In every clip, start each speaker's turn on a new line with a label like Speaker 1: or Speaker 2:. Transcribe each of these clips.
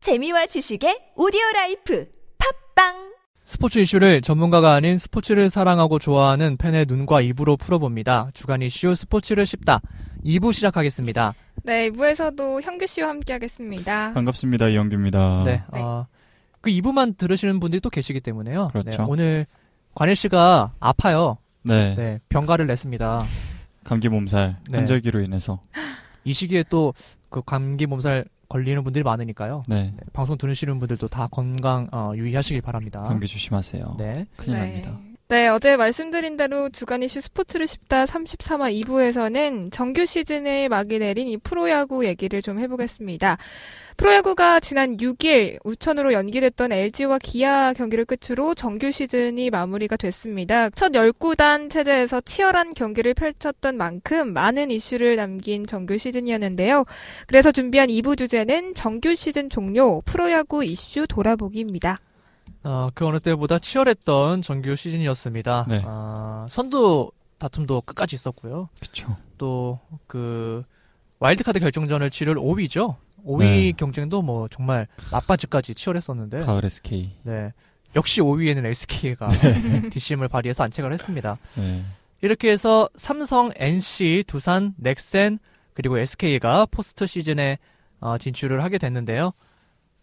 Speaker 1: 재미와 지식의 오디오 라이프 팝빵
Speaker 2: 스포츠 이슈를 전문가가 아닌 스포츠를 사랑하고 좋아하는 팬의 눈과 입으로 풀어봅니다. 주간 이슈 스포츠를 씹다. 2부 시작하겠습니다.
Speaker 3: 네, 2부에서도 현규 씨와 함께 하겠습니다.
Speaker 4: 반갑습니다. 이영규입니다.
Speaker 2: 네. 어, 그 2부만 들으시는 분들이 또 계시기 때문에요.
Speaker 4: 그렇죠.
Speaker 2: 네, 오늘 관일 씨가 아파요.
Speaker 4: 네,
Speaker 2: 네. 병가를 냈습니다.
Speaker 4: 감기 몸살
Speaker 2: 네.
Speaker 4: 환절기로 인해서.
Speaker 2: 이 시기에 또 그 감기 몸살 걸리는 분들이 많으니까요.
Speaker 4: 네.
Speaker 2: 네, 방송 들으시는 분들도 다 건강 어, 유의하시길 바랍니다.
Speaker 4: 감기 조심하세요.
Speaker 2: 네.
Speaker 4: 큰일
Speaker 3: 네.
Speaker 4: 납니다.
Speaker 3: 네, 어제 말씀드린 대로 주간 이슈 스포츠를 쉽다 33화 2부에서는 정규 시즌의 막이 내린 이 프로야구 얘기를 좀 해보겠습니다. 프로야구가 지난 6일 우천으로 연기됐던 LG와 기아 경기를 끝으로 정규 시즌이 마무리가 됐습니다. 첫 10구단 체제에서 치열한 경기를 펼쳤던 만큼 많은 이슈를 남긴 정규 시즌이었는데요. 그래서 준비한 2부 주제는 정규 시즌 종료 프로야구 이슈 돌아보기입니다.
Speaker 2: 어, 그 어느 때보다 치열했던 정규 시즌이었습니다.
Speaker 4: 네.
Speaker 2: 아, 선두 다툼도 끝까지 있었고요.
Speaker 4: 그렇죠.
Speaker 2: 또 그 와일드카드 결정전을 치를 5위죠. 5위
Speaker 4: 네.
Speaker 2: 경쟁도 뭐 정말 낮바지까지 치열했었는데,
Speaker 4: 가을 SK.
Speaker 2: 네 역시 5위에는 SK가 뒷심을 발휘해서 안착을 했습니다.
Speaker 4: 네.
Speaker 2: 이렇게 해서 삼성, NC, 두산, 넥센 그리고 SK가 포스트 시즌에 어, 진출을 하게 됐는데요.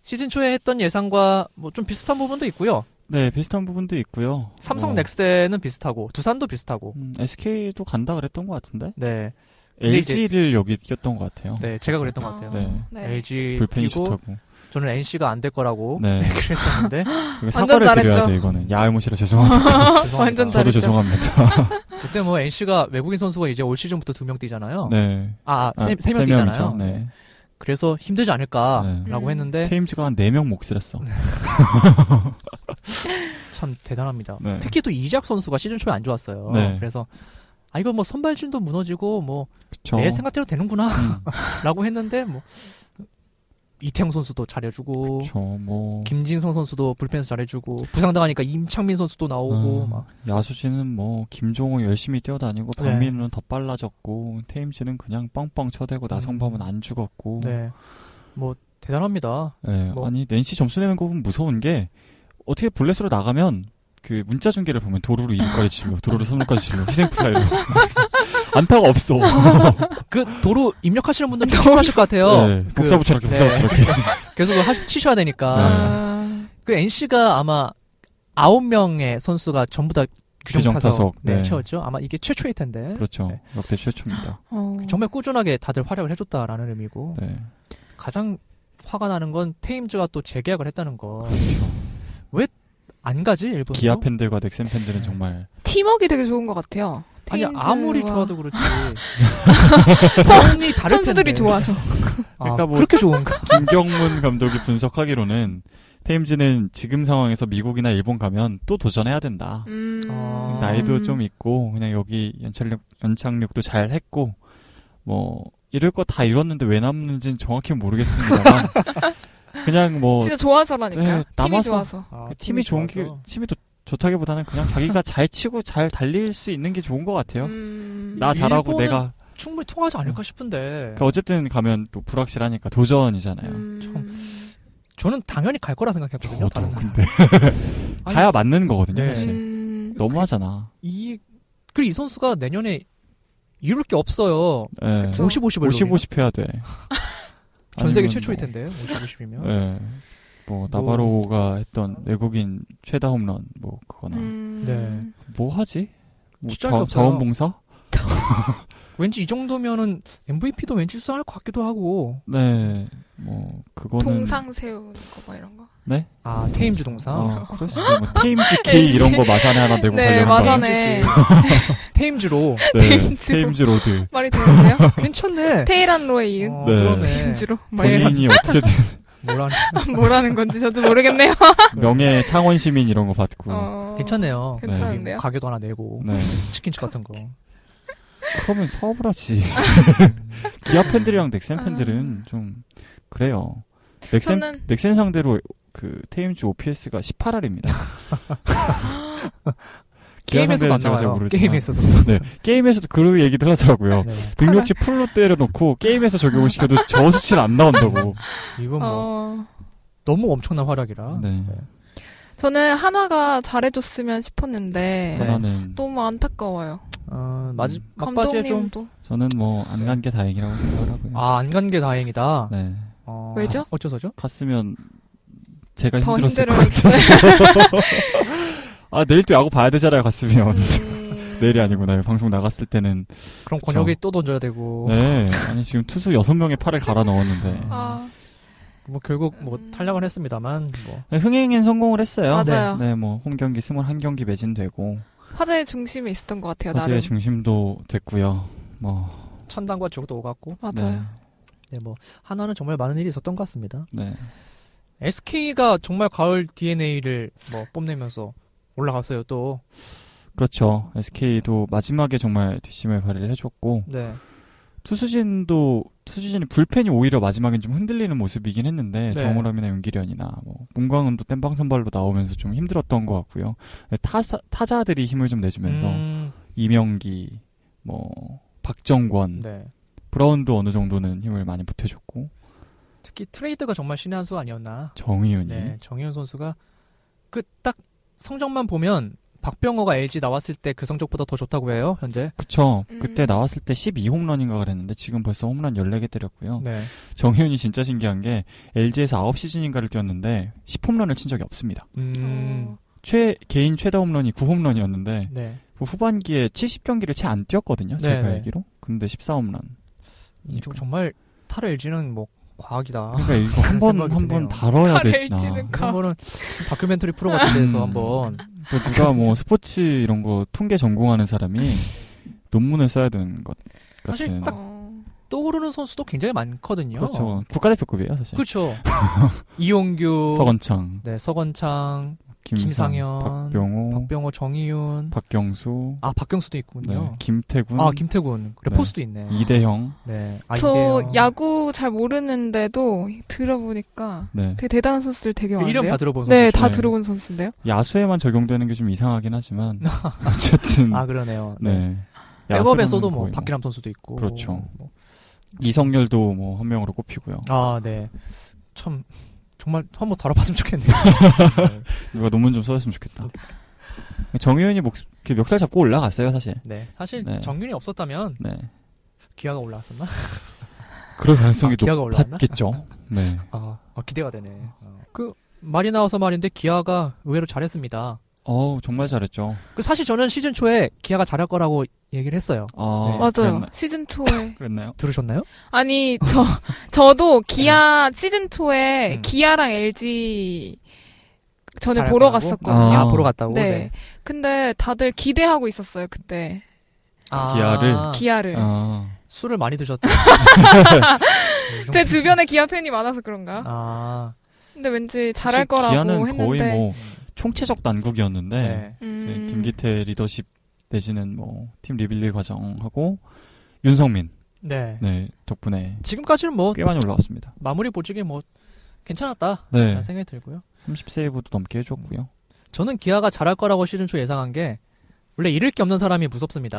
Speaker 2: 시즌 초에 했던 예상과 뭐 좀 비슷한 부분도 있고요.
Speaker 4: 네, 비슷한 부분도 있고요.
Speaker 2: 삼성,
Speaker 4: 어,
Speaker 2: 넥센은 비슷하고 두산도 비슷하고.
Speaker 4: 음, SK도 간다 그랬던 것 같은데.
Speaker 2: 네, 근데 이제-
Speaker 4: LG를 여기 꼈던 것 같아요.
Speaker 2: 네 제가 그랬던 것 같아요.
Speaker 4: 네.
Speaker 2: LG
Speaker 4: 불펜이
Speaker 2: 그리고
Speaker 4: 좋다고.
Speaker 2: 저는 NC가 안 될 거라고
Speaker 4: 네.
Speaker 2: 그랬었는데
Speaker 4: 이거 사과를 드려야
Speaker 3: 잘했죠.
Speaker 4: 돼 이거는. 야알못이라 어, 죄송합니다.
Speaker 2: 죄송합니다.
Speaker 3: 완전 잘- 잘했죠.
Speaker 4: 저도 죄송합니다.
Speaker 2: 그때 뭐 NC가 외국인 선수가 이제 올 시즌부터 두 명 뛰잖아요.
Speaker 4: 네.
Speaker 2: 아,
Speaker 4: 아,
Speaker 2: 세, 세
Speaker 4: 세
Speaker 2: 명 뛰잖아요. 아.
Speaker 4: 명이죠. 네.
Speaker 2: 그래서 힘들지 않을까라고
Speaker 4: 네.
Speaker 3: 음.
Speaker 2: 했는데
Speaker 4: 테임즈가 한 4명 몫을 했어.
Speaker 2: 네. 참 대단합니다.
Speaker 4: 네.
Speaker 2: 특히 또 이작 선수가 시즌 초에 안 좋았어요.
Speaker 4: 네.
Speaker 2: 그래서 아 이거 뭐 선발진도 무너지고 뭐 내
Speaker 4: 그쵸.
Speaker 2: 생각대로 어. 되는구나라고
Speaker 4: 음,
Speaker 2: 했는데 뭐 이태영 선수도 잘해주고
Speaker 4: 그쵸. 뭐.
Speaker 2: 김진성 선수도 불펜에서 잘해주고 부상당하니까 임창민 선수도 나오고
Speaker 4: 음,
Speaker 2: 막
Speaker 4: 야수진은 뭐 김종호 열심히 뛰어다니고
Speaker 2: 네.
Speaker 4: 박민우는 더 빨라졌고 태임진은 그냥 뻥뻥 쳐대고 나성범은 안 죽었고
Speaker 2: 음. 네. 뭐 대단합니다.
Speaker 4: 예,
Speaker 2: 뭐.
Speaker 4: 아니 낸시 점수 내는 거 보면 무서운 게 어떻게 볼넷으로 나가면 그 문자 중계를 보면 도루로 이까지 질러 도루로 선루까지 질러 희생플라이로 안타가 없어
Speaker 2: 그 도로 입력하시는 분들 조심하실 것 같아요.
Speaker 4: 네,
Speaker 2: 그-
Speaker 4: 복사 붙여넣기 복사
Speaker 2: 네.
Speaker 4: 붙여넣기
Speaker 2: 계속 하, 치셔야 되니까.
Speaker 4: 네.
Speaker 3: 아,
Speaker 2: 그 NC가 아마 아홉 명의 선수가 전부 다 규정
Speaker 4: 규정
Speaker 2: 타석,
Speaker 4: 타석,
Speaker 2: 네,
Speaker 4: 네.
Speaker 2: 채웠죠. 아마 이게 최초일 텐데
Speaker 4: 그렇죠
Speaker 2: 네.
Speaker 4: 역대 최초입니다
Speaker 3: 어.
Speaker 2: 정말 꾸준하게 다들 활약을 해줬다라는 의미고
Speaker 4: 네
Speaker 2: 가장 화가 나는 건 테임즈가 또 재계약을 했다는 거.
Speaker 4: 그렇죠.
Speaker 2: 왜 안 가지 일본으로?
Speaker 4: 기아 팬들과 넥센 팬들은 정말
Speaker 3: 팀워크 되게 좋은 것 같아요.
Speaker 2: 아니
Speaker 3: 테임즈와
Speaker 2: 아무리 좋아도 그렇지. 이 다를 텐데.
Speaker 3: 선수들이 좋아서.
Speaker 2: 아,
Speaker 4: 그러니까 뭐-
Speaker 2: 그렇게 좋은가?
Speaker 4: 김경문 감독이 분석하기로는 테임즈는 지금 상황에서 미국이나 일본 가면 또 도전해야 된다.
Speaker 3: 음.
Speaker 2: 어.
Speaker 4: 나이도
Speaker 3: 음.
Speaker 4: 좀 있고 그냥 여기 연착륙 연착륙도 잘 했고 뭐 이럴 거 다 이뤘는데 왜 남는지는 정확히 모르겠습니다만 그냥 뭐
Speaker 3: 진짜 좋아서라니까요.
Speaker 4: 네,
Speaker 3: 팀이
Speaker 4: 남아서.
Speaker 3: 좋아서.
Speaker 2: 아,
Speaker 4: 그 팀이 좋은 게
Speaker 2: 좋아서.
Speaker 4: 팀이 더 좋다기보다는 그냥 자기가 잘 치고 잘 달릴 수 있는 게 좋은 것 같아요.
Speaker 3: 음.
Speaker 4: 나 잘하고
Speaker 2: 일본은
Speaker 4: 내가
Speaker 2: 충분히 통하지 않을까 싶은데
Speaker 4: 그러니까 어쨌든 가면 또 불확실하니까 도전이잖아요.
Speaker 3: 음.
Speaker 2: 네, 저는 당연히 갈 거라 생각했거든요. 다른 거.
Speaker 4: 근데
Speaker 2: 아니,
Speaker 4: 가야 맞는 거거든요.
Speaker 2: 네.
Speaker 4: 사실.
Speaker 3: 음.
Speaker 4: 너무하잖아.
Speaker 2: 이 그리고 이 선수가 내년에 이룰 게 없어요.
Speaker 4: 예.
Speaker 3: 그쵸.
Speaker 2: 50 50을
Speaker 4: 50, 50 해야 돼.
Speaker 2: 전 세계
Speaker 4: 아니면
Speaker 2: 최초일
Speaker 4: 뭐,
Speaker 2: 텐데 50 50이면.
Speaker 4: 예. 뭐, 나바로가 했던 외국인 최다 홈런, 뭐, 그거나.
Speaker 3: 음.
Speaker 2: 네.
Speaker 4: 뭐 하지? 뭐,
Speaker 2: 진짜
Speaker 4: 자,
Speaker 2: 없어요.
Speaker 4: 자원봉사?
Speaker 2: 왠지 이 정도면은 MVP도 왠지 수상할 것 같기도 하고.
Speaker 4: 네. 뭐, 그거는.
Speaker 3: 동상 세우는 거뭐 이런 거.
Speaker 4: 네?
Speaker 2: 아 테임즈 동상.
Speaker 4: 어, 그럴 수도 있고, 뭐, 테임즈 K
Speaker 3: LG.
Speaker 4: 이런 거 마산에 하나 내고
Speaker 3: 네,
Speaker 4: 달려는
Speaker 2: 마산에.
Speaker 4: 거.
Speaker 3: 맞아네.
Speaker 2: 테임즈로
Speaker 4: 네,
Speaker 3: 테임즈.
Speaker 4: 테임즈 로드.
Speaker 3: 말이 되는데요?
Speaker 2: 괜찮네.
Speaker 3: 테일한 로의 이은
Speaker 2: 어,
Speaker 4: 네.
Speaker 2: 그러네.
Speaker 3: 인주로 뭐 이런
Speaker 4: 본인이 어떻게든
Speaker 2: 뭐라는.
Speaker 3: 뭐라는 건지 저도 모르겠네요.
Speaker 4: 명예 창원 시민 이런 거 받고.
Speaker 3: 어.
Speaker 2: 괜찮네요.
Speaker 4: 네.
Speaker 3: 괜찮은데요?
Speaker 2: 가게도 하나 내고
Speaker 4: 네.
Speaker 2: 치킨집 같은 거.
Speaker 4: 그러면 사업을 하지. 기아 팬들이랑 넥센
Speaker 2: 아.
Speaker 4: 팬들은 좀 그래요. 넥센
Speaker 3: 저는-
Speaker 4: 넥센 상대로 그 테임즈 OPS가 18알입니다.
Speaker 2: 게임에서도 안 나와요. 게임에서도.
Speaker 4: 네 게임에서도 그 얘기들 하더라고요.
Speaker 2: 네.
Speaker 4: 능력치 풀로 때려놓고 게임에서 적용을 시켜도 저 수치는 안 나온다고.
Speaker 2: 이건 뭐
Speaker 3: 어.
Speaker 2: 너무 엄청난 활약이라.
Speaker 4: 네.
Speaker 3: 저는 한화가 잘해줬으면 싶었는데
Speaker 2: 네.
Speaker 4: 하나는
Speaker 3: 너무 안타까워요.
Speaker 2: 어, 마지, 막바지에 좀,
Speaker 3: 감독님도
Speaker 4: 저는 뭐 안 간 게 다행이라고 생각을 하고요.
Speaker 2: 아, 안 간 게 다행이다.
Speaker 4: 음. 네.
Speaker 2: 어,
Speaker 3: 왜죠?
Speaker 2: 어째서죠?
Speaker 4: 갔으면 제가
Speaker 3: 더
Speaker 4: 힘들었을
Speaker 3: 힘들어.
Speaker 4: 것 같아서. 아 내일 또 야구 봐야 되잖아요. 갔으면
Speaker 3: 음.
Speaker 2: 네.
Speaker 4: 내일이 아니구나. 방송 나갔을 때는
Speaker 2: 그럼 권혁이 또 던져야 되고.
Speaker 4: 네. 아니 지금 투수 여섯 명의 팔을 갈아 넣었는데
Speaker 3: 아,
Speaker 2: 뭐 결국 뭐
Speaker 3: 음.
Speaker 2: 탈락을 했습니다만 뭐
Speaker 4: 네, 흥행엔 성공을 했어요.
Speaker 3: 맞아요.
Speaker 4: 네, 뭐 홈 경기 21경기 매진되고
Speaker 3: 화제의 중심에 있었던 것 같아요. 나름.
Speaker 4: 화제의 중심도 됐고요. 뭐
Speaker 2: 천당과 지옥도 오갔고
Speaker 3: 맞아요.
Speaker 2: 네, 뭐 한화는 정말 많은 일이 있었던 것 같습니다.
Speaker 4: 네. 네.
Speaker 2: SK가 정말 가을 DNA를 뭐 뽐내면서 올라갔어요 또.
Speaker 4: 그렇죠. SK도 마지막에 정말 뒷심을 발휘를 해줬고
Speaker 2: 네.
Speaker 4: 투수진도 투수진이 불펜이 오히려 마지막엔 좀 흔들리는 모습이긴 했는데
Speaker 2: 네.
Speaker 4: 정우람이나 윤기련이나 뭐 문광은도 땜빵 선발로 나오면서 좀 힘들었던 것 같고요. 네, 타사, 타자들이 힘을 좀 내주면서
Speaker 2: 음,
Speaker 4: 이명기, 뭐 박정권,
Speaker 2: 네.
Speaker 4: 브라운도 어느 정도는 힘을 많이 보태줬고
Speaker 2: 특히 트레이드가 정말 신의 한 수 아니었나.
Speaker 4: 정의윤이
Speaker 2: 네. 정희훈 선수가 그 딱 성적만 보면 박병호가 LG 나왔을 때 그 성적보다 더 좋다고 해요 현재.
Speaker 4: 그쵸.
Speaker 3: 음.
Speaker 4: 그때 나왔을 때 12홈런인가 그랬는데 지금 벌써 홈런 14개 때렸고요.
Speaker 2: 네.
Speaker 4: 정희윤이 진짜 신기한 게 LG에서 9시즌인가를 뛰었는데 10홈런을 친 적이 없습니다.
Speaker 2: 음.
Speaker 3: 어,
Speaker 4: 최 개인 최다 홈런이 9홈런이었는데
Speaker 2: 네.
Speaker 4: 뭐 후반기에 70경기를 채 안 뛰었거든요. 제가
Speaker 2: 네, 네.
Speaker 4: 알기로. 근데 14홈런.
Speaker 2: 이쪽 정말 타로 LG는 뭐 과학이다.
Speaker 4: 그러니까 이거 한 번
Speaker 2: 생각이
Speaker 4: 한 번
Speaker 2: 드네요.
Speaker 4: 다뤄야
Speaker 3: 다를
Speaker 4: 되나.
Speaker 3: 지는 거.
Speaker 2: 한번은 다큐멘터리 프로 같은 데서
Speaker 4: 음.
Speaker 2: 한번
Speaker 4: 그 누가 뭐 스포츠 이런 거 통계 전공하는 사람이 논문을 써야 되는 것
Speaker 2: 사실
Speaker 4: 같은.
Speaker 2: 딱
Speaker 3: 어.
Speaker 2: 떠오르는 선수도 굉장히 많거든요.
Speaker 4: 그렇죠. 국가대표급이에요, 사실.
Speaker 2: 그렇죠. 이용규,
Speaker 4: 서건창, 음.
Speaker 2: 네 서건창,
Speaker 4: 김상,
Speaker 2: 김상현,
Speaker 4: 박병호,
Speaker 2: 박병호, 정희윤,
Speaker 4: 박경수,
Speaker 2: 아 박경수도
Speaker 4: 네,
Speaker 2: 있군요.
Speaker 4: 김태군,
Speaker 2: 아 김태군, 아. 그래
Speaker 4: 네.
Speaker 2: 포수도 있네.
Speaker 4: 이대형.
Speaker 2: 네, 아,
Speaker 3: 저
Speaker 2: 이대형.
Speaker 3: 야구 잘 모르는데도 들어보니까
Speaker 4: 네.
Speaker 3: 되게 대단한 선수들 되게
Speaker 2: 그
Speaker 3: 많은데요.
Speaker 2: 이름 다 들어본
Speaker 3: 네,
Speaker 2: 선수.
Speaker 3: 다
Speaker 4: 네.
Speaker 3: 들어본 선수인데요.
Speaker 2: 그
Speaker 4: 야수에만 적용되는 게 좀 이상하긴 하지만 어쨌든
Speaker 2: 아 그러네요. 네.
Speaker 4: 음. 네.
Speaker 2: 백업에서도 뭐
Speaker 4: 야수로는 거의
Speaker 2: 박기람 선수도 있고.
Speaker 4: 그렇죠.
Speaker 2: 뭐.
Speaker 4: 이성열도 뭐 한 명으로 꼽히고요.
Speaker 2: 아 네, 참 정말 한번 다뤄봤으면 좋겠네요.
Speaker 4: 누가 논문 좀 써줬으면 좋겠다. 정의원이 목, 그 멱살 잡고 올라갔어요 사실.
Speaker 2: 네, 사실
Speaker 4: 네.
Speaker 2: 정균이 없었다면
Speaker 4: 네.
Speaker 2: 기아가 올라왔었나?
Speaker 4: 그럴 가능성이
Speaker 2: 아, 기아가 올라왔나?
Speaker 4: 높았겠죠. 네.
Speaker 2: 아, 아, 기대가 되네. 어. 그 말이 나와서 말인데 기아가 의외로 잘했습니다.
Speaker 4: 어우 정말 잘했죠.
Speaker 2: 그 사실 저는 시즌 초에 기아가 잘할 거라고 얘기를 했어요.
Speaker 4: 아,
Speaker 2: 네.
Speaker 3: 맞아요.
Speaker 4: 그랬나,
Speaker 3: 시즌 초에.
Speaker 4: 그랬나요?
Speaker 2: 들으셨나요?
Speaker 3: 아니, 저, 저도 기아, 시즌 초에
Speaker 2: 네. 음.
Speaker 3: 기아랑 LG 전에
Speaker 2: 잘할
Speaker 3: 보러
Speaker 2: 거라고?
Speaker 3: 갔었거든요.
Speaker 2: 아, 보러 갔다고.
Speaker 3: 네.
Speaker 2: 네.
Speaker 3: 근데 다들 기대하고 있었어요, 그때.
Speaker 2: 아,
Speaker 4: 기아를?
Speaker 3: 기아를.
Speaker 4: 아,
Speaker 2: 술을 많이 드셨다.
Speaker 3: 제 주변에 기아 팬이 많아서 그런가?
Speaker 2: 아,
Speaker 3: 근데 왠지 잘할
Speaker 4: 사실
Speaker 3: 거라고
Speaker 4: 기아는
Speaker 3: 했는데.
Speaker 4: 거의 뭐 총체적 난국이었는데
Speaker 2: 네.
Speaker 4: 이제
Speaker 3: 음,
Speaker 4: 김기태 리더십 내지는 뭐 팀 리빌리 과정하고 윤성민
Speaker 2: 네.
Speaker 4: 네 덕분에
Speaker 2: 지금까지는 뭐
Speaker 4: 꽤 많이 올라왔습니다.
Speaker 2: 마무리 보직이 뭐 괜찮았다.
Speaker 4: 네.
Speaker 2: 라는 생각이 들고요.
Speaker 4: 30세이브도 넘게 해줬고요.
Speaker 2: 저는 기아가 잘할 거라고 시즌 초 예상한 게 원래 잃을 게 없는 사람이 무섭습니다.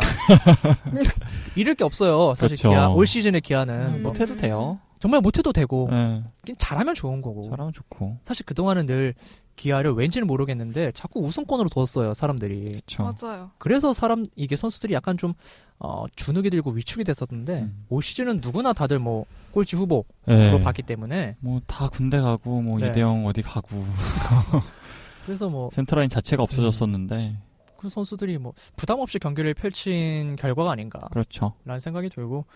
Speaker 2: 잃을 게 없어요. 사실
Speaker 4: 그렇죠.
Speaker 2: 기아 올 시즌의 기아는
Speaker 3: 음.
Speaker 2: 뭐
Speaker 4: 못해도 돼요.
Speaker 2: 정말 못해도 되고
Speaker 4: 네,
Speaker 2: 잘하면 좋은 거고.
Speaker 4: 잘하면 좋고.
Speaker 2: 사실 그동안은 늘 기아를 왠지는 모르겠는데 자꾸 우승권으로 뒀어요 사람들이
Speaker 4: 그쵸.
Speaker 3: 맞아요.
Speaker 2: 그래서 사람 이게 선수들이 약간 좀 어, 주눅이 들고 위축이 됐었는데
Speaker 4: 음.
Speaker 2: 올 시즌은 누구나 다들 뭐 꼴찌 후보로
Speaker 4: 네.
Speaker 2: 봤기 때문에
Speaker 4: 뭐 다 군대 가고 뭐
Speaker 2: 네.
Speaker 4: 이대형 어디 가고
Speaker 2: 그래서 뭐 그
Speaker 4: 센터라인 자체가 없어졌었는데
Speaker 2: 음. 선수들이 뭐 부담 없이 경기를 펼친 결과가 아닌가라는
Speaker 4: 그렇죠.
Speaker 2: 생각이 들고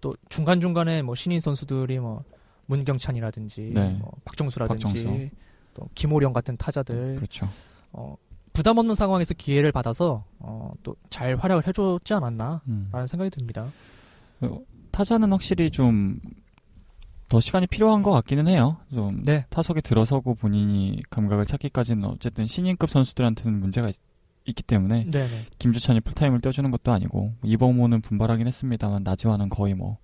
Speaker 2: 또 중간 중간에 뭐 신인 선수들이 뭐 문경찬이라든지
Speaker 4: 네.
Speaker 2: 뭐 박정수라든지
Speaker 4: 박정수.
Speaker 2: 또 김호령 같은 타자들
Speaker 4: 그렇죠.
Speaker 2: 어, 부담 없는 상황에서 기회를 받아서 어, 또 잘 활약을 해줬지 않았나
Speaker 4: 음.
Speaker 2: 라는 생각이 듭니다.
Speaker 4: 타자는 확실히 좀 더 시간이 필요한 것 같기는 해요. 좀
Speaker 2: 네.
Speaker 4: 타석에 들어서고 본인이 감각을 찾기까지는 어쨌든 신인급 선수들한테는 문제가 있, 기 때문에
Speaker 2: 네, 네.
Speaker 4: 김주찬이 풀타임을 떼주는 것도 아니고 이범호는 분발하긴 했습니다만 나지와는 거의 뭐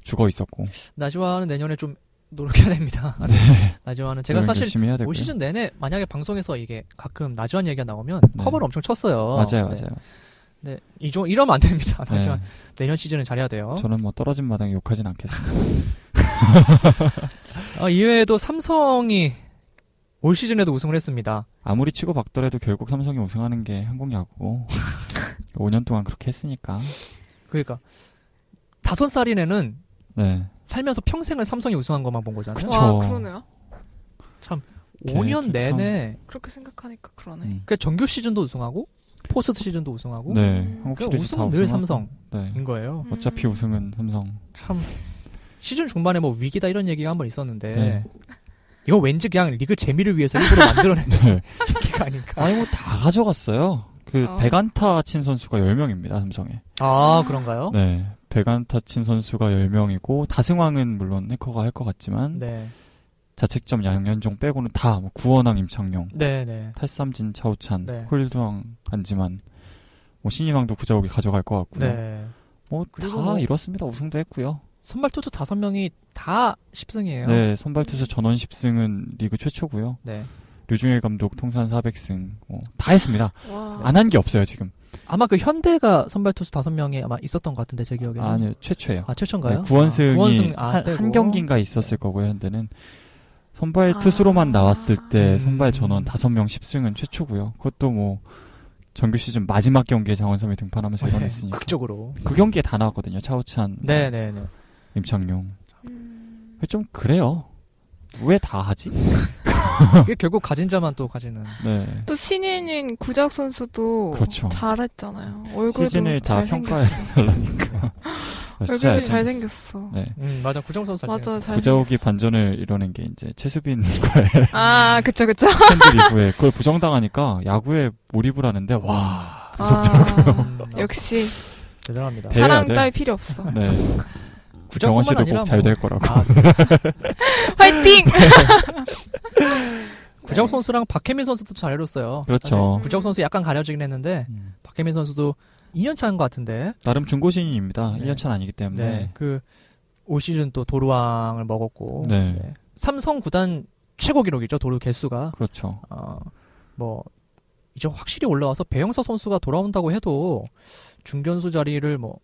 Speaker 4: 죽어 있었고
Speaker 2: 나지와는 내년에 좀 노력해야 됩니다. 나지와는 제가
Speaker 4: 노력
Speaker 2: 사실
Speaker 4: 열심히 해야 되고요.
Speaker 2: 올 시즌 내내 만약에 방송에서 이게 가끔 나지완 얘기가 나오면
Speaker 4: 네.
Speaker 2: 커버를 엄청 쳤어요.
Speaker 4: 맞아요,
Speaker 2: 네.
Speaker 4: 맞아요.
Speaker 2: 네. 이종 이러면 안 됩니다.
Speaker 4: 네.
Speaker 2: 나지완 내년 시즌은 잘해야 돼요.
Speaker 4: 저는 뭐 떨어진 마당에 욕하진 않겠습니다.
Speaker 2: 어, 이외에도 아, 삼성이 올 시즌에도 우승을 했습니다.
Speaker 4: 아무리 치고박더라도 결국 삼성이 우승하는 게 한국야구고 5년 동안 그렇게 했으니까
Speaker 2: 그러니까 다섯 살인 애는
Speaker 4: 네
Speaker 2: 살면서 평생을 삼성이 우승한 것만 본 거잖아요.
Speaker 4: 그쵸.
Speaker 3: 와 그러네요.
Speaker 4: 걔
Speaker 2: 5년
Speaker 4: 참-
Speaker 2: 내내
Speaker 3: 그렇게 생각하니까 그러네.
Speaker 4: 음.
Speaker 2: 그 정규 시즌도 우승하고 포스트 시즌도 우승하고
Speaker 4: 네,
Speaker 3: 음.
Speaker 4: 한국
Speaker 2: 그러니까
Speaker 4: 시리즈 다
Speaker 2: 우승은 늘
Speaker 4: 우승하고.
Speaker 2: 삼성인
Speaker 4: 네,
Speaker 2: 거예요.
Speaker 3: 음.
Speaker 4: 어차피 우승은 삼성.
Speaker 2: 참 시즌 중반에 뭐 위기다 이런 얘기가 한 번 있었는데
Speaker 4: 네.
Speaker 2: 이거 왠지 그냥 리그 재미를 위해서 일부러 만들어낸
Speaker 4: 네.
Speaker 2: 얘기가 아닐까.
Speaker 4: 아니 뭐 다 가져갔어요. 그
Speaker 3: 어.
Speaker 4: 백안타 친 선수가 10명입니다, 삼성에.
Speaker 2: 아 그런가요?
Speaker 4: 네. 백안타 친 선수가 10명이고 다승왕은 물론 해커가 할 것 같지만
Speaker 2: 네,
Speaker 4: 자책점 양현종 빼고는 다뭐 구원왕 임창용,
Speaker 2: 네, 네.
Speaker 4: 탈삼진 차우찬,
Speaker 2: 네.
Speaker 4: 콜드왕 한지만 뭐 신인왕도 구자욱이 가져갈 것 같고요.
Speaker 2: 네.
Speaker 4: 뭐
Speaker 2: 그리고
Speaker 4: 다
Speaker 2: 뭐-
Speaker 4: 이뤘습니다. 우승도 했고요.
Speaker 2: 선발 투수 다섯 명이 다 10승이에요.
Speaker 4: 네, 선발 투수 전원 10승은 리그 최초고요.
Speaker 2: 네.
Speaker 4: 류중일 감독 통산 400승 뭐, 다 했습니다.
Speaker 2: 아.
Speaker 3: 와.
Speaker 4: 음. 안 한 게 없어요 지금.
Speaker 2: 아마 그 현대가 선발 투수 다섯 명이 아마 있었던 것 같은데 제 기억에는.
Speaker 4: 아니요 네, 최초예요.
Speaker 2: 아, 최초인가요?
Speaker 4: 네, 구원승이
Speaker 2: 아, 구원승, 아,
Speaker 4: 한,
Speaker 2: 빼고.
Speaker 4: 한 경기인가 있었을 거고요 현대는 선발
Speaker 3: 아.
Speaker 4: 투수로만 나왔을 때
Speaker 2: 음.
Speaker 4: 선발 전원 5명 10승은 최초고요. 그것도 뭐 정규 시즌 마지막 경기에 장원삼이 등판하면서
Speaker 2: 네,
Speaker 4: 이뤄냈으니까
Speaker 2: 극적으로.
Speaker 4: 그 경기에 다 나왔거든요. 차우찬,
Speaker 2: 네, 네, 네.
Speaker 4: 임창용.
Speaker 3: 음.
Speaker 4: 좀 그래요. 왜 다 하지?
Speaker 2: 이게 결국 가진 자만 또 가지는.
Speaker 4: 네.
Speaker 3: 또 신인인 구작 선수도
Speaker 4: 그렇죠.
Speaker 3: 잘했잖아요. 얼굴도
Speaker 4: 시즌을 다 평가해
Speaker 3: 잘생겼어.
Speaker 4: 달라니까. 진짜
Speaker 3: 얼굴이
Speaker 4: 잘생겼어.
Speaker 3: 잘생겼어.
Speaker 4: 네.
Speaker 2: 음, 맞아. 구정 선수
Speaker 3: 맞아,
Speaker 2: 잘생겼어요.
Speaker 3: 잘.
Speaker 4: 부자욱이 반전을 이뤄낸 게 이제 최수빈과의
Speaker 3: 아, 그쵸, 그쵸.
Speaker 4: 팬들 이후에 그걸 부정당하니까 야구에 몰입을 하는데 와
Speaker 3: 아,
Speaker 2: 음, 아,
Speaker 3: 역시
Speaker 2: 대단합니다.
Speaker 4: 대-
Speaker 3: 사랑
Speaker 4: 돼.
Speaker 3: 따위 필요 없어.
Speaker 4: 네
Speaker 2: 구정뿐만
Speaker 4: 정원 씨도
Speaker 2: 아니라
Speaker 4: 꼭 잘
Speaker 2: 뭐-
Speaker 4: 될 거라고
Speaker 2: 아,
Speaker 3: 화이팅!
Speaker 2: 구정 선수랑 박혜민 선수도 잘 해줬어요.
Speaker 4: 그렇죠.
Speaker 2: 사실 구정 선수 약간 가려지긴 했는데
Speaker 4: 음.
Speaker 2: 박혜민 선수도 2년 차인 것 같은데.
Speaker 4: 나름 중고신인입니다
Speaker 2: 네.
Speaker 4: 1년차는 아니기
Speaker 2: 네.
Speaker 4: 때문에
Speaker 2: 그 올 시즌 또 도루왕을 먹었고.
Speaker 4: 네.
Speaker 2: 삼성 구단 최고 기록이죠. 도루 개수가. 어,
Speaker 4: 그렇죠
Speaker 2: 어뭐 이제 확실히 올라와서 배영서 선수가 돌아온다고 해도 중견수 자리를 뭐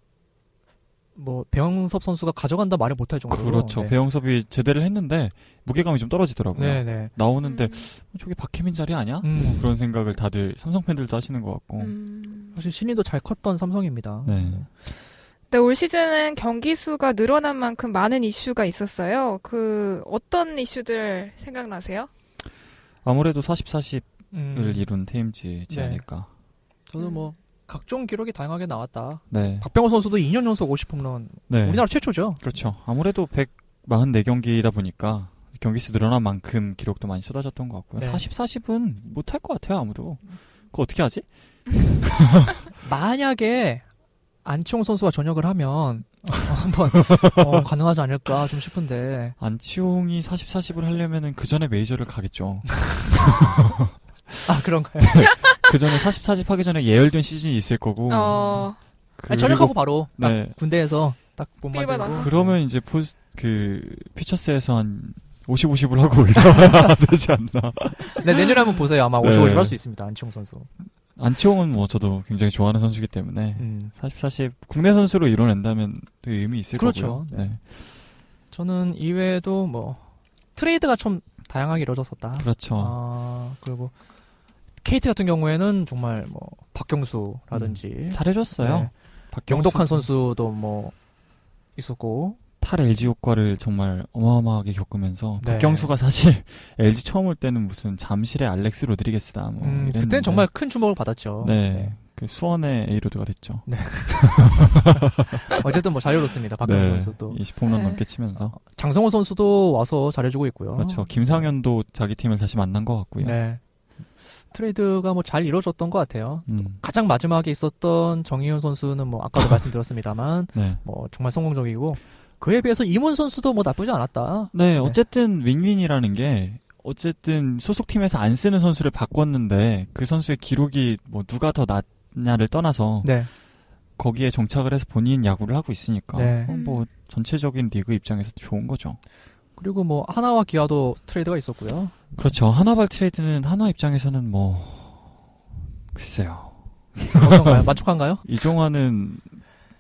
Speaker 2: 뭐 배영섭 선수가 가져간다 말을 못할 정도로
Speaker 4: 그렇죠
Speaker 2: 네.
Speaker 4: 배영섭이 제대를 했는데 무게감이 좀 떨어지더라고요
Speaker 2: 네네
Speaker 3: 음.
Speaker 4: 나오는데 어, 저게 박혜민 자리 아니야?
Speaker 2: 음,
Speaker 4: 그런 생각을 다들 삼성 팬들도 하시는 것 같고
Speaker 3: 음.
Speaker 2: 사실 신인도 잘 컸던 삼성입니다.
Speaker 4: 네
Speaker 3: 근데 올 시즌은 경기 수가 늘어난 만큼 많은 이슈가 있었어요. 그 어떤 이슈들 생각나세요?
Speaker 4: 아무래도 40, 40을
Speaker 2: 음,
Speaker 4: 이룬 테임즈지
Speaker 2: 네.
Speaker 4: 않을까
Speaker 2: 저는 뭐 각종 기록이 다양하게 나왔다.
Speaker 4: 네,
Speaker 2: 박병호 선수도 2년 연속 50홈런
Speaker 4: 네.
Speaker 2: 우리나라 최초죠.
Speaker 4: 그렇죠. 아무래도 144경기이다 보니까 경기수 늘어난 만큼 기록도 많이 쏟아졌던 것 같고요.
Speaker 2: 네.
Speaker 4: 40, 40은 못할 것 같아요, 아무도. 그거 어떻게 하지?
Speaker 2: 만약에 안치홍 선수가 전역을 하면 한번 어, 가능하지 않을까 좀 싶은데
Speaker 4: 안치홍이 40, 40을 하려면은 그 전에 메이저를 가겠죠.
Speaker 2: 아 그런가요?
Speaker 4: 그 전에 40, 40 하기 전에 예열된 시즌이 있을 거고.
Speaker 3: 어,
Speaker 4: 그리고
Speaker 2: 아니, 전역하고 바로 딱
Speaker 4: 네.
Speaker 2: 군대에서 딱
Speaker 3: 삘 받아서.
Speaker 2: 본만들고
Speaker 4: 그러면 이제 포스, 그, 피처스에서 한 50, 50을 하고 올라와야 되지 않나.
Speaker 2: 네, 내년에 한번 보세요. 아마
Speaker 4: 네.
Speaker 2: 50, 50 할 수 있습니다. 안치홍 선수.
Speaker 4: 안치홍은 뭐 저도 굉장히 좋아하는 선수기 때문에.
Speaker 2: 음.
Speaker 4: 40, 40 국내 선수로 이뤄낸다면 되게 의미 있을
Speaker 2: 그렇죠.
Speaker 4: 거고요. 네.
Speaker 2: 저는 이외에도 뭐 트레이드가 좀 다양하게 이루어졌었다.
Speaker 4: 그렇죠.
Speaker 2: 아, 그리고 케이트 같은 경우에는 정말 뭐 박경수라든지
Speaker 4: 잘해줬어요.
Speaker 2: 네.
Speaker 4: 음. 박경수
Speaker 2: 영덕한 선수도 뭐 있었고
Speaker 4: 탈 LG 효과를 정말 어마어마하게 겪으면서
Speaker 2: 네.
Speaker 4: 박경수가 사실 LG 처음 올 때는 무슨 잠실의 알렉스 로드리게스다 뭐
Speaker 2: 음,
Speaker 4: 이랬는데
Speaker 2: 그때는 정말 큰 주목을 받았죠.
Speaker 4: 네. 그 수원의 에이로드가 됐죠.
Speaker 2: 어쨌든 뭐 잘해줬습니다. 박경수 선수도
Speaker 4: 20홈런
Speaker 3: 네.
Speaker 4: 넘게 치면서
Speaker 2: 장성호 선수도 와서 잘해주고 있고요.
Speaker 4: 그렇죠. 김상현도 자기 팀을 다시 만난 것 같고요.
Speaker 2: 어. 네. 트레이드가 뭐 잘 이루어졌던 것 같아요.
Speaker 4: 음,
Speaker 2: 가장 마지막에 있었던 정희윤 선수는 뭐 아까도 말씀드렸습니다만
Speaker 4: 네.
Speaker 2: 뭐 정말 성공적이고 그에 비해서 이문 선수도 뭐 나쁘지 않았다.
Speaker 4: 네, 어쨌든 윈윈이라는 게 어쨌든 소속팀에서 안 쓰는 선수를 바꿨는데 그 선수의 기록이 뭐 누가 더 낫냐를 떠나서
Speaker 2: 네.
Speaker 4: 거기에 정착을 해서 본인 야구를 하고 있으니까
Speaker 2: 네.
Speaker 4: 어, 뭐 전체적인 리그 입장에서 좋은 거죠.
Speaker 2: 그리고 뭐 하나와 기아도 트레이드가 있었고요.
Speaker 4: 그렇죠. 하나발 트레이드는 하나 입장에서는 뭐 글쎄요.
Speaker 2: 어떤가요? 만족한가요?
Speaker 4: 이종환은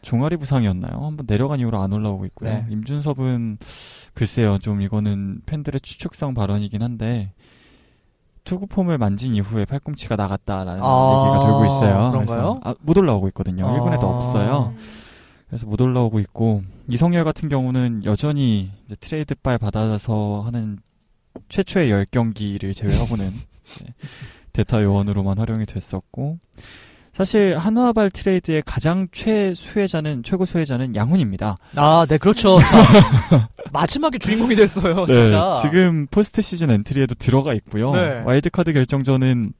Speaker 4: 종아리 부상이었나요? 한번 내려간 이후로 안 올라오고 있고요.
Speaker 2: 네.
Speaker 4: 임준섭은 글쎄요. 좀 이거는 팬들의 추측성 발언이긴 한데 투구폼을 만진 이후에 팔꿈치가 나갔다라는
Speaker 2: 아,
Speaker 4: 얘기가 돌고 있어요.
Speaker 2: 그런가요?
Speaker 4: 그래서 아, 못 올라오고 있거든요.
Speaker 2: 아.
Speaker 4: 일본에도 없어요.
Speaker 3: 음.
Speaker 4: 그래서 못 올라오고 있고 이성열 같은 경우는 여전히 이제 트레이드 빨 받아서 하는 최초의 열 경기를 제외하고는 이제 데타 요원으로만 활용이 됐었고 사실 한화발 트레이드의 가장 최수혜자는 최고 수혜자는 양훈입니다.
Speaker 2: 아, 네, 그렇죠. 참. 마지막에 주인공이 됐어요, 진짜.
Speaker 4: 지금 포스트 시즌 엔트리에도 들어가 있고요.
Speaker 2: 네.
Speaker 4: 와일드카드 결정전은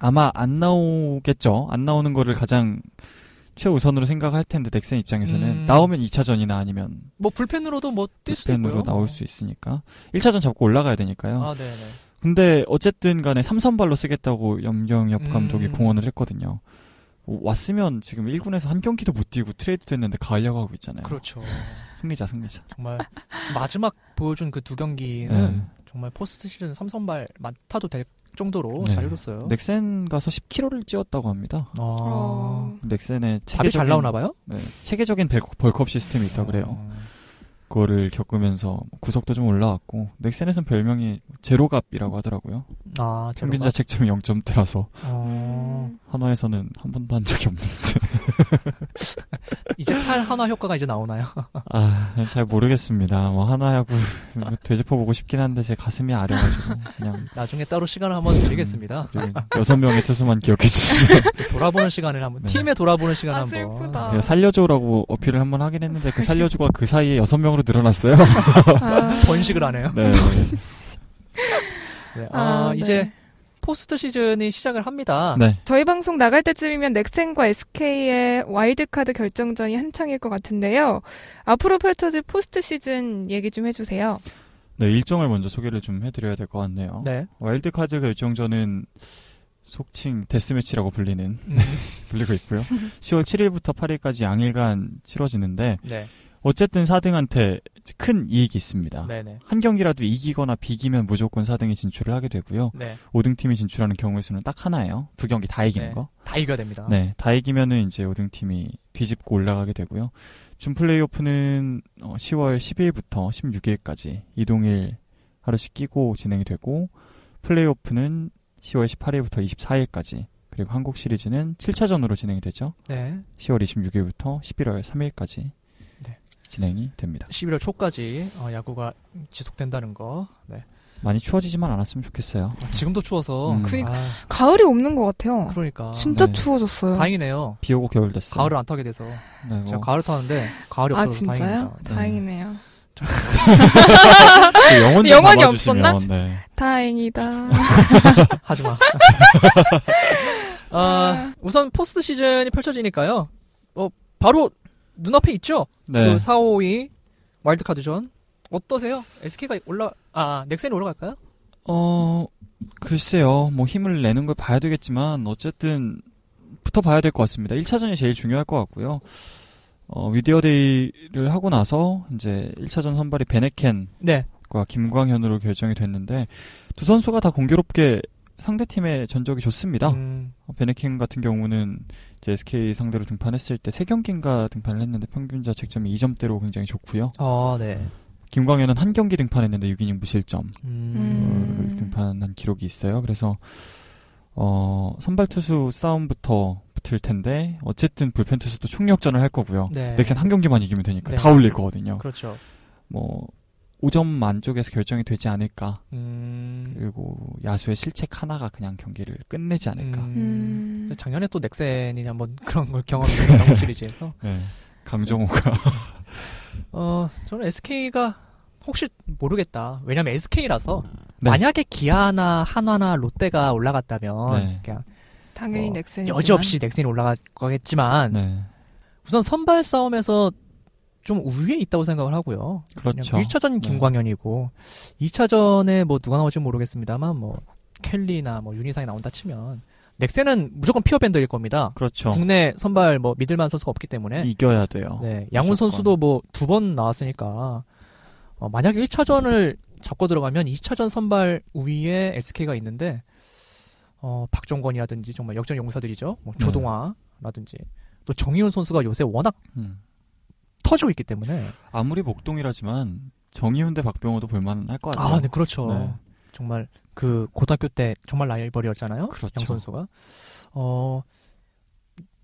Speaker 4: 아마 안 나오겠죠. 안 나오는 거를 가장 최우선으로 생각할 텐데 넥센 입장에서는
Speaker 2: 음.
Speaker 4: 나오면 2차전이나 아니면
Speaker 2: 뭐 불펜으로도 뭐 뛸 수도 있고요.
Speaker 4: 펜으로 나올 수 있으니까 1차전 잡고 올라가야 되니까요.
Speaker 2: 아, 네, 네.
Speaker 4: 근데 어쨌든 간에 삼선발로 쓰겠다고 염경엽
Speaker 2: 음.
Speaker 4: 감독이 공언을 했거든요. 어, 왔으면 지금 1군에서 한 경기도 못 뛰고 트레이드 됐는데 가을 야구하고 있잖아요.
Speaker 2: 그렇죠.
Speaker 4: 승리자 승리자.
Speaker 2: 정말 마지막 보여준 그 두 경기는
Speaker 4: 네.
Speaker 2: 정말 포스트 시즌 삼선발 맡아도 될 정도로
Speaker 4: 네.
Speaker 2: 잘 해줬어요.
Speaker 4: 넥센 가서 10kg를 찌웠다고 합니다.
Speaker 2: 아,
Speaker 3: 어.
Speaker 4: 넥센의
Speaker 2: 답이 잘
Speaker 4: 체계적인-
Speaker 2: 나오나 봐요. 어.
Speaker 4: 네, 체계적인 벨- 벌크업 시스템이 있다고
Speaker 2: 네.
Speaker 4: 그래요. 그거를 겪으면서 구속도 좀 올라왔고 넥센에선 별명이 제로갑이라고 하더라고요.
Speaker 2: 아, 제가
Speaker 4: 평균 자책점이 0점대라서
Speaker 3: 음.
Speaker 2: 어,
Speaker 4: 한화에서는 한 번도 한 적이 없는.
Speaker 2: 이제 팔 하나 효과가 이제 나오나요?
Speaker 4: 아, 잘 모르겠습니다. 뭐 하나하고 되짚어보고 싶긴 한데 제 가슴이 아려가지고 그냥
Speaker 2: 나중에 따로 시간을 한번 드리겠습니다.
Speaker 4: 그리고 여섯 명의 투수만 기억해 주시면
Speaker 2: 돌아보는 시간을 한번
Speaker 4: 네.
Speaker 2: 팀에 돌아보는 시간
Speaker 3: 아,
Speaker 2: 한번.
Speaker 3: 슬프다.
Speaker 4: 그냥 살려줘라고 어필을 한 번 하긴 했는데 그 살려줘가 그 사이에 여섯 명으로 늘어났어요.
Speaker 3: 아,
Speaker 2: 번식을 하네요.
Speaker 4: 네.
Speaker 2: 네, 아, 이제 포스트 시즌이 시작을 합니다.
Speaker 4: 네.
Speaker 3: 저희 방송 나갈 때쯤이면 넥센과 SK의 와일드카드 결정전이 한창일 것 같은데요. 앞으로 펼쳐질 포스트 시즌 얘기 좀 해주세요.
Speaker 4: 네, 일정을 먼저 소개를 좀 해드려야 될 것 같네요.
Speaker 2: 네.
Speaker 4: 와일드카드 결정전은 속칭 데스매치라고 불리는
Speaker 2: 음,
Speaker 4: 불리고 있고요. 10월 7일부터 8일까지 양일간 치러지는데
Speaker 2: 네.
Speaker 4: 어쨌든 4등한테 큰 이익이 있습니다.
Speaker 2: 네네.
Speaker 4: 한 경기라도 이기거나 비기면 무조건 4등에 진출을 하게 되고요.
Speaker 2: 네.
Speaker 4: 5등 팀이 진출하는 경우의 수는 딱 하나예요. 두 경기 다 이기는
Speaker 2: 네.
Speaker 4: 거.
Speaker 2: 다 이겨야 됩니다.
Speaker 4: 네, 다 이기면은 이제 5등 팀이 뒤집고 올라가게 되고요. 준 플레이오프는 어, 10월 10일부터 16일까지 이동일 하루씩 끼고 진행이 되고 플레이오프는 10월 18일부터 24일까지 그리고 한국 시리즈는 7차전으로 진행이 되죠.
Speaker 2: 네.
Speaker 4: 10월 26일부터 11월 3일까지
Speaker 2: 네.
Speaker 4: 진행이 됩니다.
Speaker 2: 11월 초까지 어, 야구가 지속된다는 거. 네.
Speaker 4: 많이 추워지지만 않았으면 좋겠어요.
Speaker 2: 아, 지금도 추워서.
Speaker 4: 음.
Speaker 3: 그니까.
Speaker 2: 아,
Speaker 3: 가을이 없는 것 같아요.
Speaker 2: 그러니까.
Speaker 3: 진짜
Speaker 4: 네.
Speaker 3: 추워졌어요.
Speaker 2: 다행이네요.
Speaker 4: 비 오고 겨울 됐어요.
Speaker 2: 가을을 안 타게 돼서
Speaker 4: 네,
Speaker 2: 제가
Speaker 4: 뭐,
Speaker 2: 가을 타는데 가을이
Speaker 3: 아
Speaker 2: 없어서
Speaker 3: 진짜요?
Speaker 2: 다행입니다.
Speaker 3: 다행이네요.
Speaker 4: 그 영혼 좀
Speaker 3: 영혼이
Speaker 4: 담아주시면,
Speaker 3: 없었나?
Speaker 4: 네.
Speaker 3: 다행이다.
Speaker 2: 네. 하지 마. 아, 우선 포스트 시즌이 펼쳐지니까요. 어, 바로 눈앞에 있죠.
Speaker 4: 네.
Speaker 2: 그 4, 5, 2 와일드카드전 어떠세요? SK가 올라 아 넥센이 올라갈까요?
Speaker 4: 어, 글쎄요. 뭐 힘을 내는 걸 봐야 되겠지만 어쨌든 붙어 봐야 될 것 같습니다. 1차전이 제일 중요할 것 같고요. 어, 위디어데이를 하고 나서 이제 1차전 선발이 베네켄과
Speaker 2: 네.
Speaker 4: 김광현으로 결정이 됐는데 두 선수가 다 공교롭게 상대팀의 전적이 좋습니다.
Speaker 2: 음,
Speaker 4: 어, 베네켄 같은 경우는 이제 SK 상대로 등판했을 때 3경기인가 등판을 했는데 평균 자책점이 2점대로 굉장히 좋고요.
Speaker 2: 아 네.
Speaker 4: 김광현은 한 경기 등판했는데 6이닝 무실점. 어,
Speaker 2: 음,
Speaker 3: 음.
Speaker 4: 등판한 기록이 있어요. 그래서 어, 선발 투수 싸움부터 붙을 텐데 어쨌든 불펜 투수도 총력전을 할 거고요.
Speaker 2: 네.
Speaker 4: 넥센 한 경기만 이기면 되니까
Speaker 2: 네.
Speaker 4: 다 올릴 거거든요.
Speaker 2: 그렇죠.
Speaker 4: 뭐 5점 만쪽에서 결정이 되지 않을까.
Speaker 2: 음,
Speaker 4: 그리고 야수의 실책 하나가 그냥 경기를 끝내지 않을까.
Speaker 2: 음.
Speaker 3: 음.
Speaker 2: 작년에 또 넥센이 한번 그런 걸 경험했어요. 한국 시리즈에서.
Speaker 4: 네. 강정호가
Speaker 2: 어, 저는 SK가 혹시 모르겠다. 왜냐면 SK라서
Speaker 4: 네.
Speaker 2: 만약에 기아나 한화나 롯데가 올라갔다면
Speaker 4: 네.
Speaker 2: 그냥
Speaker 3: 당연히
Speaker 2: 뭐,
Speaker 3: 넥센이
Speaker 2: 여지없이 넥센이 올라갈 거겠지만
Speaker 4: 네.
Speaker 2: 우선 선발 싸움에서 좀 우위에 있다고 생각을 하고요.
Speaker 4: 그렇죠.
Speaker 2: 1차전
Speaker 4: 네.
Speaker 2: 김광현이고 2차전에 뭐 누가 나올지 모르겠습니다만 뭐 켈리나 뭐 윤희상이 나온다 치면 넥센은 무조건 피어밴드일 겁니다.
Speaker 4: 그렇죠.
Speaker 2: 국내 선발 뭐 믿을만 선수가 없기 때문에
Speaker 4: 이겨야 돼요.
Speaker 2: 네, 양훈
Speaker 4: 무조건.
Speaker 2: 선수도 뭐 두 번 나왔으니까 어, 만약 1차전을 잡고 들어가면 2차전 선발 우위에 SK가 있는데 어, 박종권이라든지 정말 역전 용사들이죠. 뭐
Speaker 4: 네.
Speaker 2: 조동화라든지 또 정희훈 선수가 요새 워낙
Speaker 4: 음.
Speaker 2: 터지고 있기 때문에
Speaker 4: 아무리 목동이라지만 정의훈 대 박병호도 볼만할 것 같아요.
Speaker 2: 네, 아, 네, 그렇죠.
Speaker 4: 네.
Speaker 2: 정말 그 고등학교 때 정말 라이벌이었잖아요.
Speaker 4: 그렇죠.
Speaker 2: 양 선수가. 어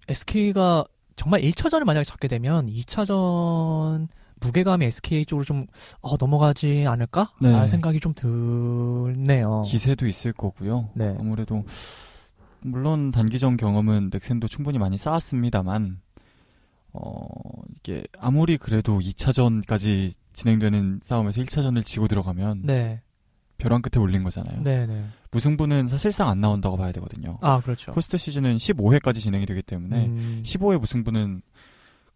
Speaker 2: SK가 정말 1차전을 만약에 잡게 되면 2차전 무게감이 SK 쪽으로 좀 어, 넘어가지 않을까?
Speaker 4: 네.
Speaker 2: 라는 생각이 좀 드네요.
Speaker 4: 기세도 있을 거고요.
Speaker 2: 어. 네.
Speaker 4: 아무래도 물론 단기전 경험은 넥센도 충분히 많이 쌓았습니다만 어 이게 아무리 그래도 2차전까지 진행되는 싸움에서 1차전을 지고 들어가면
Speaker 2: 네.
Speaker 4: 벼랑 끝에 올린 거잖아요.
Speaker 2: 네, 네.
Speaker 4: 무승부는 사실상 안 나온다고 봐야 되거든요.
Speaker 2: 아, 그렇죠.
Speaker 4: 포스트 시즌은 15회까지 진행이 되기 때문에
Speaker 2: 음,
Speaker 4: 15회 무승부는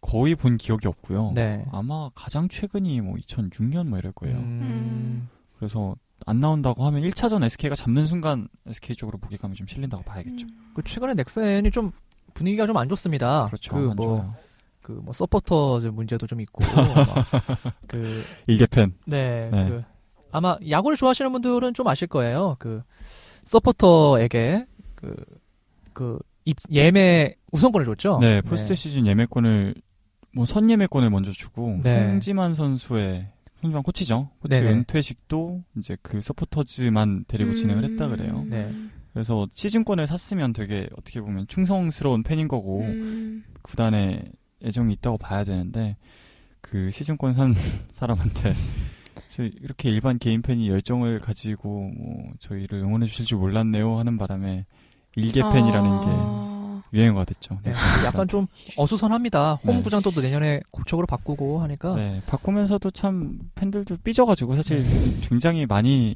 Speaker 4: 거의 본 기억이 없고요.
Speaker 2: 네.
Speaker 4: 아마 가장 최근이 뭐 2006년 뭐 이럴 거예요.
Speaker 2: 음,
Speaker 4: 그래서 안 나온다고 하면 1차전 SK가 잡는 순간 SK 쪽으로 무게감이 좀 실린다고 봐야겠죠.
Speaker 3: 음.
Speaker 2: 그 최근에 넥센이 좀 분위기가 좀 안 좋습니다.
Speaker 4: 그렇죠.
Speaker 2: 그
Speaker 4: 안
Speaker 2: 뭐,
Speaker 4: 좋아요.
Speaker 2: 그 뭐 서포터 문제도 좀 있고. 막 그
Speaker 4: 일개팬.
Speaker 2: 네,
Speaker 4: 네.
Speaker 2: 그 아마 야구를 좋아하시는 분들은 좀 아실 거예요. 그 서포터에게 그 그 예매 우선권을 줬죠.
Speaker 4: 네, 포스트 시즌 예매권을 뭐 선예매권을 먼저 주고
Speaker 2: 네.
Speaker 4: 송지만 선수의 송지만 코치죠. 코치
Speaker 2: 네네.
Speaker 4: 은퇴식도 이제 그 서포터즈만 데리고 진행을 했다 그래요.
Speaker 2: 네.
Speaker 4: 그래서 시즌권을 샀으면 되게 어떻게 보면 충성스러운 팬인 거고
Speaker 2: 음.
Speaker 3: 음.
Speaker 4: 구단에 애정이 있다고 봐야 되는데 그 시즌권 산 사람한테 저 이렇게 일반 개인 팬이 열정을 가지고 뭐 저희를 응원해 주실 줄 몰랐네요 하는 바람에 일개 팬이라는
Speaker 3: 아.
Speaker 4: 게 유행어가 됐죠.
Speaker 2: 네, 약간 좀 어수선합니다. 홈
Speaker 4: 네.
Speaker 2: 구장도 또 내년에 고척으로 바꾸고 하니까
Speaker 4: 네, 바꾸면서도 참 팬들도 삐져가지고 사실 굉장히 많이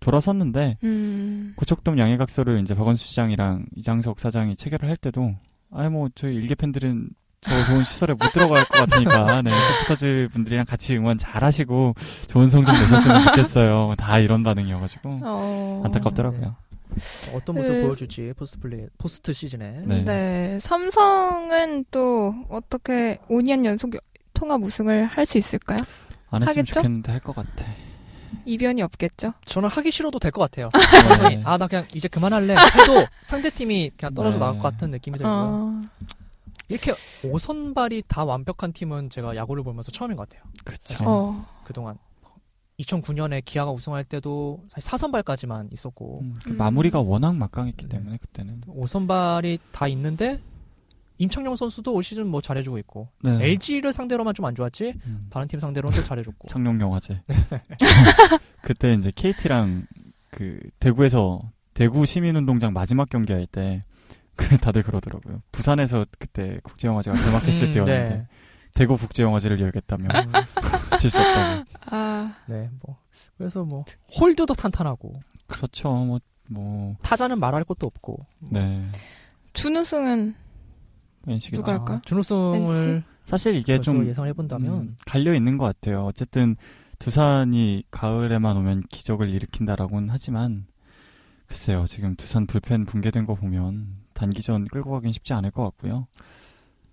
Speaker 4: 돌아섰는데
Speaker 3: 음.
Speaker 4: 고척돔 양해각서를 이제 박원수 시장이랑 이장석 사장이 체결을 할 때도 아예 뭐 저희 일개 팬들은 저 좋은 시설에 못 들어갈 것 같으니까 네 서포터즈 분들이랑 같이 응원 잘하시고 좋은 성적 내셨으면 좋겠어요. 다 이런
Speaker 2: 음.
Speaker 4: 반응이어가지고 안타깝더라고요.
Speaker 2: 어떤 모습
Speaker 3: 그-
Speaker 2: 보여줄지 포스트 플레이 포스트 시즌에
Speaker 4: 네.
Speaker 3: 네. 삼성은 또 어떻게 5년 연속 통합 우승을 할 수 있을까요?
Speaker 4: 안 했으면
Speaker 3: 하겠죠?
Speaker 4: 좋겠는데 할 것 같아.
Speaker 3: 이변이 없겠죠.
Speaker 2: 저는 하기 싫어도 될 것 같아요.
Speaker 4: 네.
Speaker 2: 아 나 그냥 이제 그만할래 해도 상대 팀이 그냥 떨어져
Speaker 4: 네.
Speaker 2: 나갈 것 같은 느낌이 들고
Speaker 3: 어,
Speaker 2: 이렇게 오선발이 다 완벽한 팀은 제가 야구를 보면서 처음인 것 같아요.
Speaker 4: 그쵸.
Speaker 3: 어.
Speaker 2: 그동안 2009년에 기아가 우승할 때도 사실 4선발까지만 있었고
Speaker 4: 음, 그
Speaker 3: 음.
Speaker 4: 마무리가 워낙 막강했기
Speaker 2: 네.
Speaker 4: 때문에 그때는.
Speaker 2: 오선발이 다 있는데 임창용 선수도 올 시즌 뭐 잘해주고 있고
Speaker 4: 네.
Speaker 2: LG를 상대로만 좀 안 좋았지
Speaker 4: 음.
Speaker 2: 다른 팀 상대로는 또 잘해줬고
Speaker 4: 창룡영화제. 그때 이제 KT랑 그 대구에서 대구 시민운동장 마지막 경기할 때 그 다들 그러더라고요. 부산에서 그때 국제영화제가 개막했을
Speaker 2: 음,
Speaker 4: 때였는데
Speaker 2: 네.
Speaker 4: 대구 국제영화제를 열겠다며
Speaker 2: 음,
Speaker 4: 질수 없다고.
Speaker 3: 아,
Speaker 2: 네, 뭐 그래서 뭐 홀드도 탄탄하고
Speaker 4: 그렇죠. 뭐, 뭐,
Speaker 2: 타자는 말할 것도 없고
Speaker 4: 네.
Speaker 3: 준우승은
Speaker 4: NC겠죠.
Speaker 3: 누가 할까?
Speaker 2: 아, 준우승을
Speaker 4: 사실 이게
Speaker 2: 벌써
Speaker 4: 네, 좀
Speaker 2: 예상을 해본다면
Speaker 4: 음, 갈려 있는 것 같아요. 어쨌든 두산이 가을에만 오면 기적을 일으킨다라고는 하지만 글쎄요. 지금 두산 불펜 붕괴된 거 보면 단기전 끌고 가긴 쉽지 않을 것 같고요.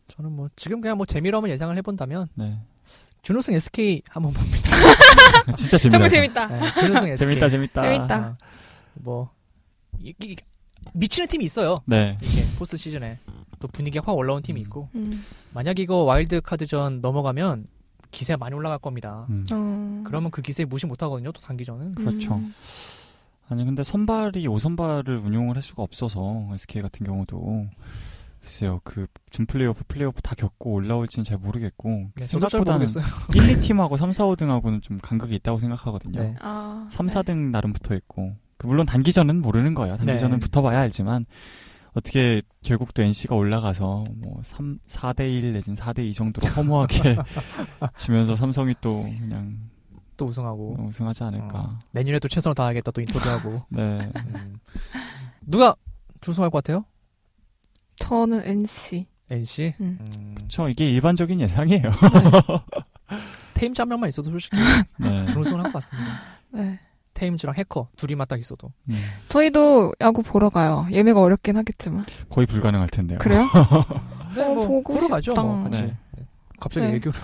Speaker 2: 저는 뭐 지금 그냥 뭐 재미로 한번 예상을 해본다면
Speaker 4: 네.
Speaker 2: 준우승 SK 한번 봅니다.
Speaker 4: 진짜
Speaker 3: 정말
Speaker 4: 재밌다.
Speaker 3: 재밌다.
Speaker 2: 네, 준우승 SK
Speaker 4: 재밌다, 재밌다.
Speaker 3: 재밌다.
Speaker 2: 아, 뭐 이- 이- 미치는 팀이 있어요.
Speaker 4: 네.
Speaker 2: 이게 포스 시즌에 또 분위기가 확 올라온 팀이 있고
Speaker 3: 음.
Speaker 2: 만약 이거 와일드 카드전 넘어가면 기세 많이 올라갈 겁니다.
Speaker 4: 음.
Speaker 3: 어.
Speaker 2: 그러면 그 기세 무시 못 하거든요. 또 단기전은.
Speaker 4: 그렇죠.
Speaker 3: 음.
Speaker 4: 아니 근데 선발이 오선발을 운용을 할 수가 없어서 SK 같은 경우도 글쎄요. 그 준 플레이오프 플레이오프 다 겪고 올라올지는 잘 모르겠고
Speaker 2: 네, 저도 잘
Speaker 4: 생각보다는
Speaker 2: 모르겠어요.
Speaker 4: 1, 2팀하고 3, 4, 5등하고는 좀 간극이 있다고 생각하거든요.
Speaker 2: 네.
Speaker 3: 아,
Speaker 4: 3, 4등 나름 붙어 있고 그 물론 단기전은 모르는 거예요. 단기전은
Speaker 2: 네.
Speaker 4: 붙어봐야 알지만 어떻게 결국 또 NC가 올라가서 뭐 3, 4대 1 내진 4대 2 정도로 허무하게 지면서 삼성이 또 그냥
Speaker 2: 또 우승하고
Speaker 4: 우승하지 않을까.
Speaker 2: 어, 내년에 또 최선을 다하겠다. 또 인터뷰하고
Speaker 4: 네.
Speaker 2: 음. 누가 우승할 것 같아요?
Speaker 3: 저는 NC.
Speaker 2: NC.
Speaker 3: 음.
Speaker 2: 음.
Speaker 4: 저 이게 일반적인 예상이에요.
Speaker 2: 테임즈 한 명만 있어도 솔직히
Speaker 4: 네.
Speaker 2: 준우승을 한 것 같습니다.
Speaker 3: 네.
Speaker 2: 테임즈랑 해커 둘이 맞딱 있어도.
Speaker 4: 음,
Speaker 3: 저희도 야구 보러 가요. 예매가 어렵긴 하겠지만.
Speaker 4: 거의 불가능할 텐데요.
Speaker 3: 그래요?
Speaker 2: 네,
Speaker 3: 어,
Speaker 2: 뭐
Speaker 3: 보고
Speaker 2: 보러 가죠. 뭐
Speaker 3: 싶다.
Speaker 2: 같이.
Speaker 4: 네.
Speaker 2: 네. 갑자기
Speaker 3: 네.
Speaker 2: 애교를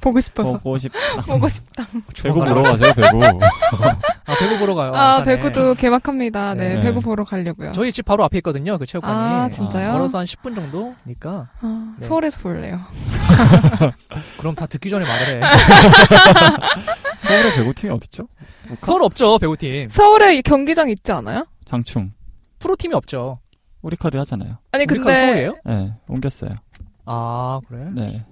Speaker 3: 보고 싶어서.
Speaker 4: 어, 보고 싶.
Speaker 3: 보고 싶다.
Speaker 4: 배구 보러 가세요, 배구.
Speaker 2: 아 배구 보러 가요.
Speaker 3: 아,
Speaker 2: 안산에.
Speaker 3: 배구도 개막합니다. 네,
Speaker 4: 네.
Speaker 3: 배구 보러 가려고요.
Speaker 2: 저희 집 바로 앞에 있거든요. 그 체육관이.
Speaker 3: 아, 진짜요?
Speaker 2: 걸어서 한 10분 정도니까.
Speaker 3: 아,
Speaker 2: 네.
Speaker 3: 서울에서 볼래요. 아,
Speaker 2: 그럼 다 듣기 전에 말을 해.
Speaker 4: 서울에 배구팀이 어딨죠?
Speaker 2: 서울 없죠 배구팀.
Speaker 3: 서울에 이 경기장 있지 않아요?
Speaker 4: 장충
Speaker 2: 프로팀이 없죠.
Speaker 4: 우리 카드 하잖아요.
Speaker 3: 아니
Speaker 2: 우리
Speaker 3: 근데
Speaker 2: 건 서울이에요?
Speaker 4: 네, 옮겼어요.
Speaker 2: 아 그래?
Speaker 4: 네,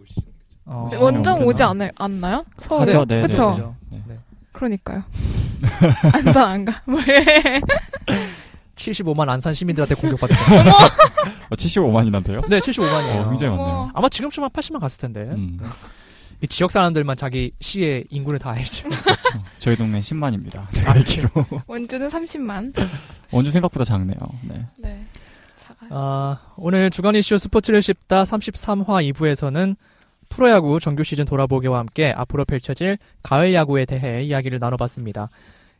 Speaker 2: 어. 그렇죠.
Speaker 3: 원정
Speaker 4: 어,
Speaker 3: 오지
Speaker 4: 그래요.
Speaker 3: 않, 않나요? 서울에
Speaker 4: 가죠. 네, 네,
Speaker 3: 그쵸?
Speaker 4: 네.
Speaker 2: 그죠.
Speaker 3: 그러니까요. 안산 안 가. 뭐 이래.
Speaker 2: 75만 안산 시민들한테 공격받았어요.
Speaker 4: 어, 75만이란데요?
Speaker 2: 네, 75만이에요.
Speaker 4: 어, 굉장히 많네요.
Speaker 3: 어머.
Speaker 2: 아마 지금쯤 한 80만 갔을 텐데
Speaker 4: 음,
Speaker 2: 이 지역 사람들만 자기 시의 인구를 다 알죠.
Speaker 4: 그렇죠. 저희 아, 동네 10만입니다. 제가 알기로.
Speaker 3: 원주는 30만.
Speaker 4: 네. 원주 생각보다 작네요. 네.
Speaker 3: 네. 작아요.
Speaker 2: 아, 오늘 주간 이슈 스포츠를 씹다 33화 2부에서는 프로야구 정규 시즌 돌아보기와 함께 앞으로 펼쳐질 가을 야구에 대해 이야기를 나눠봤습니다.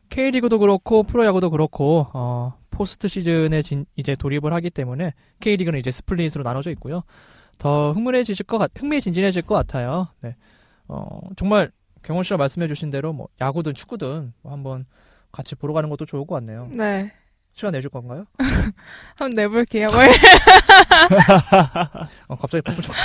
Speaker 2: K리그도 그렇고 프로야구도 그렇고 어, 포스트 시즌에 진- 이제 돌입을 하기 때문에 K리그는 이제 스플릿으로 나눠져 있고요. 더 흥미해지실 것 같, 흥미진진해질 것 같아요. 네. 어, 정말 경원 씨가 말씀해주신 대로 뭐 야구든 축구든 뭐 한번 같이 보러 가는 것도 좋을 것 같네요.
Speaker 3: 네.
Speaker 2: 시간 내줄 건가요?
Speaker 3: 한번 내볼게요. 뭐 이래.
Speaker 2: 어, 갑자기 바쁜 척.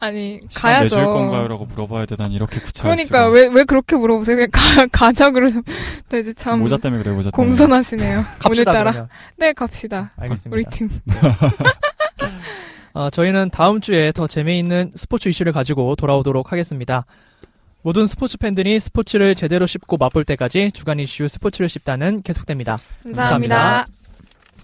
Speaker 3: 아니
Speaker 4: 시간
Speaker 3: 가야죠.
Speaker 4: 내줄 건가요라고 물어봐야 되다니 이렇게 구차할
Speaker 3: 그러니까
Speaker 4: 수가.
Speaker 3: 왜 왜 그렇게 물어보세요? 그냥 가 가자 그러서 나 이제 참
Speaker 4: 모자 때문에 그래 모자 때문에.
Speaker 3: 공손하시네요.
Speaker 2: 갑시다
Speaker 3: 오늘따라
Speaker 2: 그러면.
Speaker 3: 네 갑시다.
Speaker 2: 알겠습니다.
Speaker 3: 우리 팀.
Speaker 2: 어, 저희는 다음 주에 더 재미있는 스포츠 이슈를 가지고 돌아오도록 하겠습니다. 모든 스포츠 팬들이 스포츠를 제대로 씹고 맛볼 때까지 주간 이슈 스포츠를 씹다는 계속됩니다.
Speaker 3: 감사합니다.
Speaker 2: 감사합니다.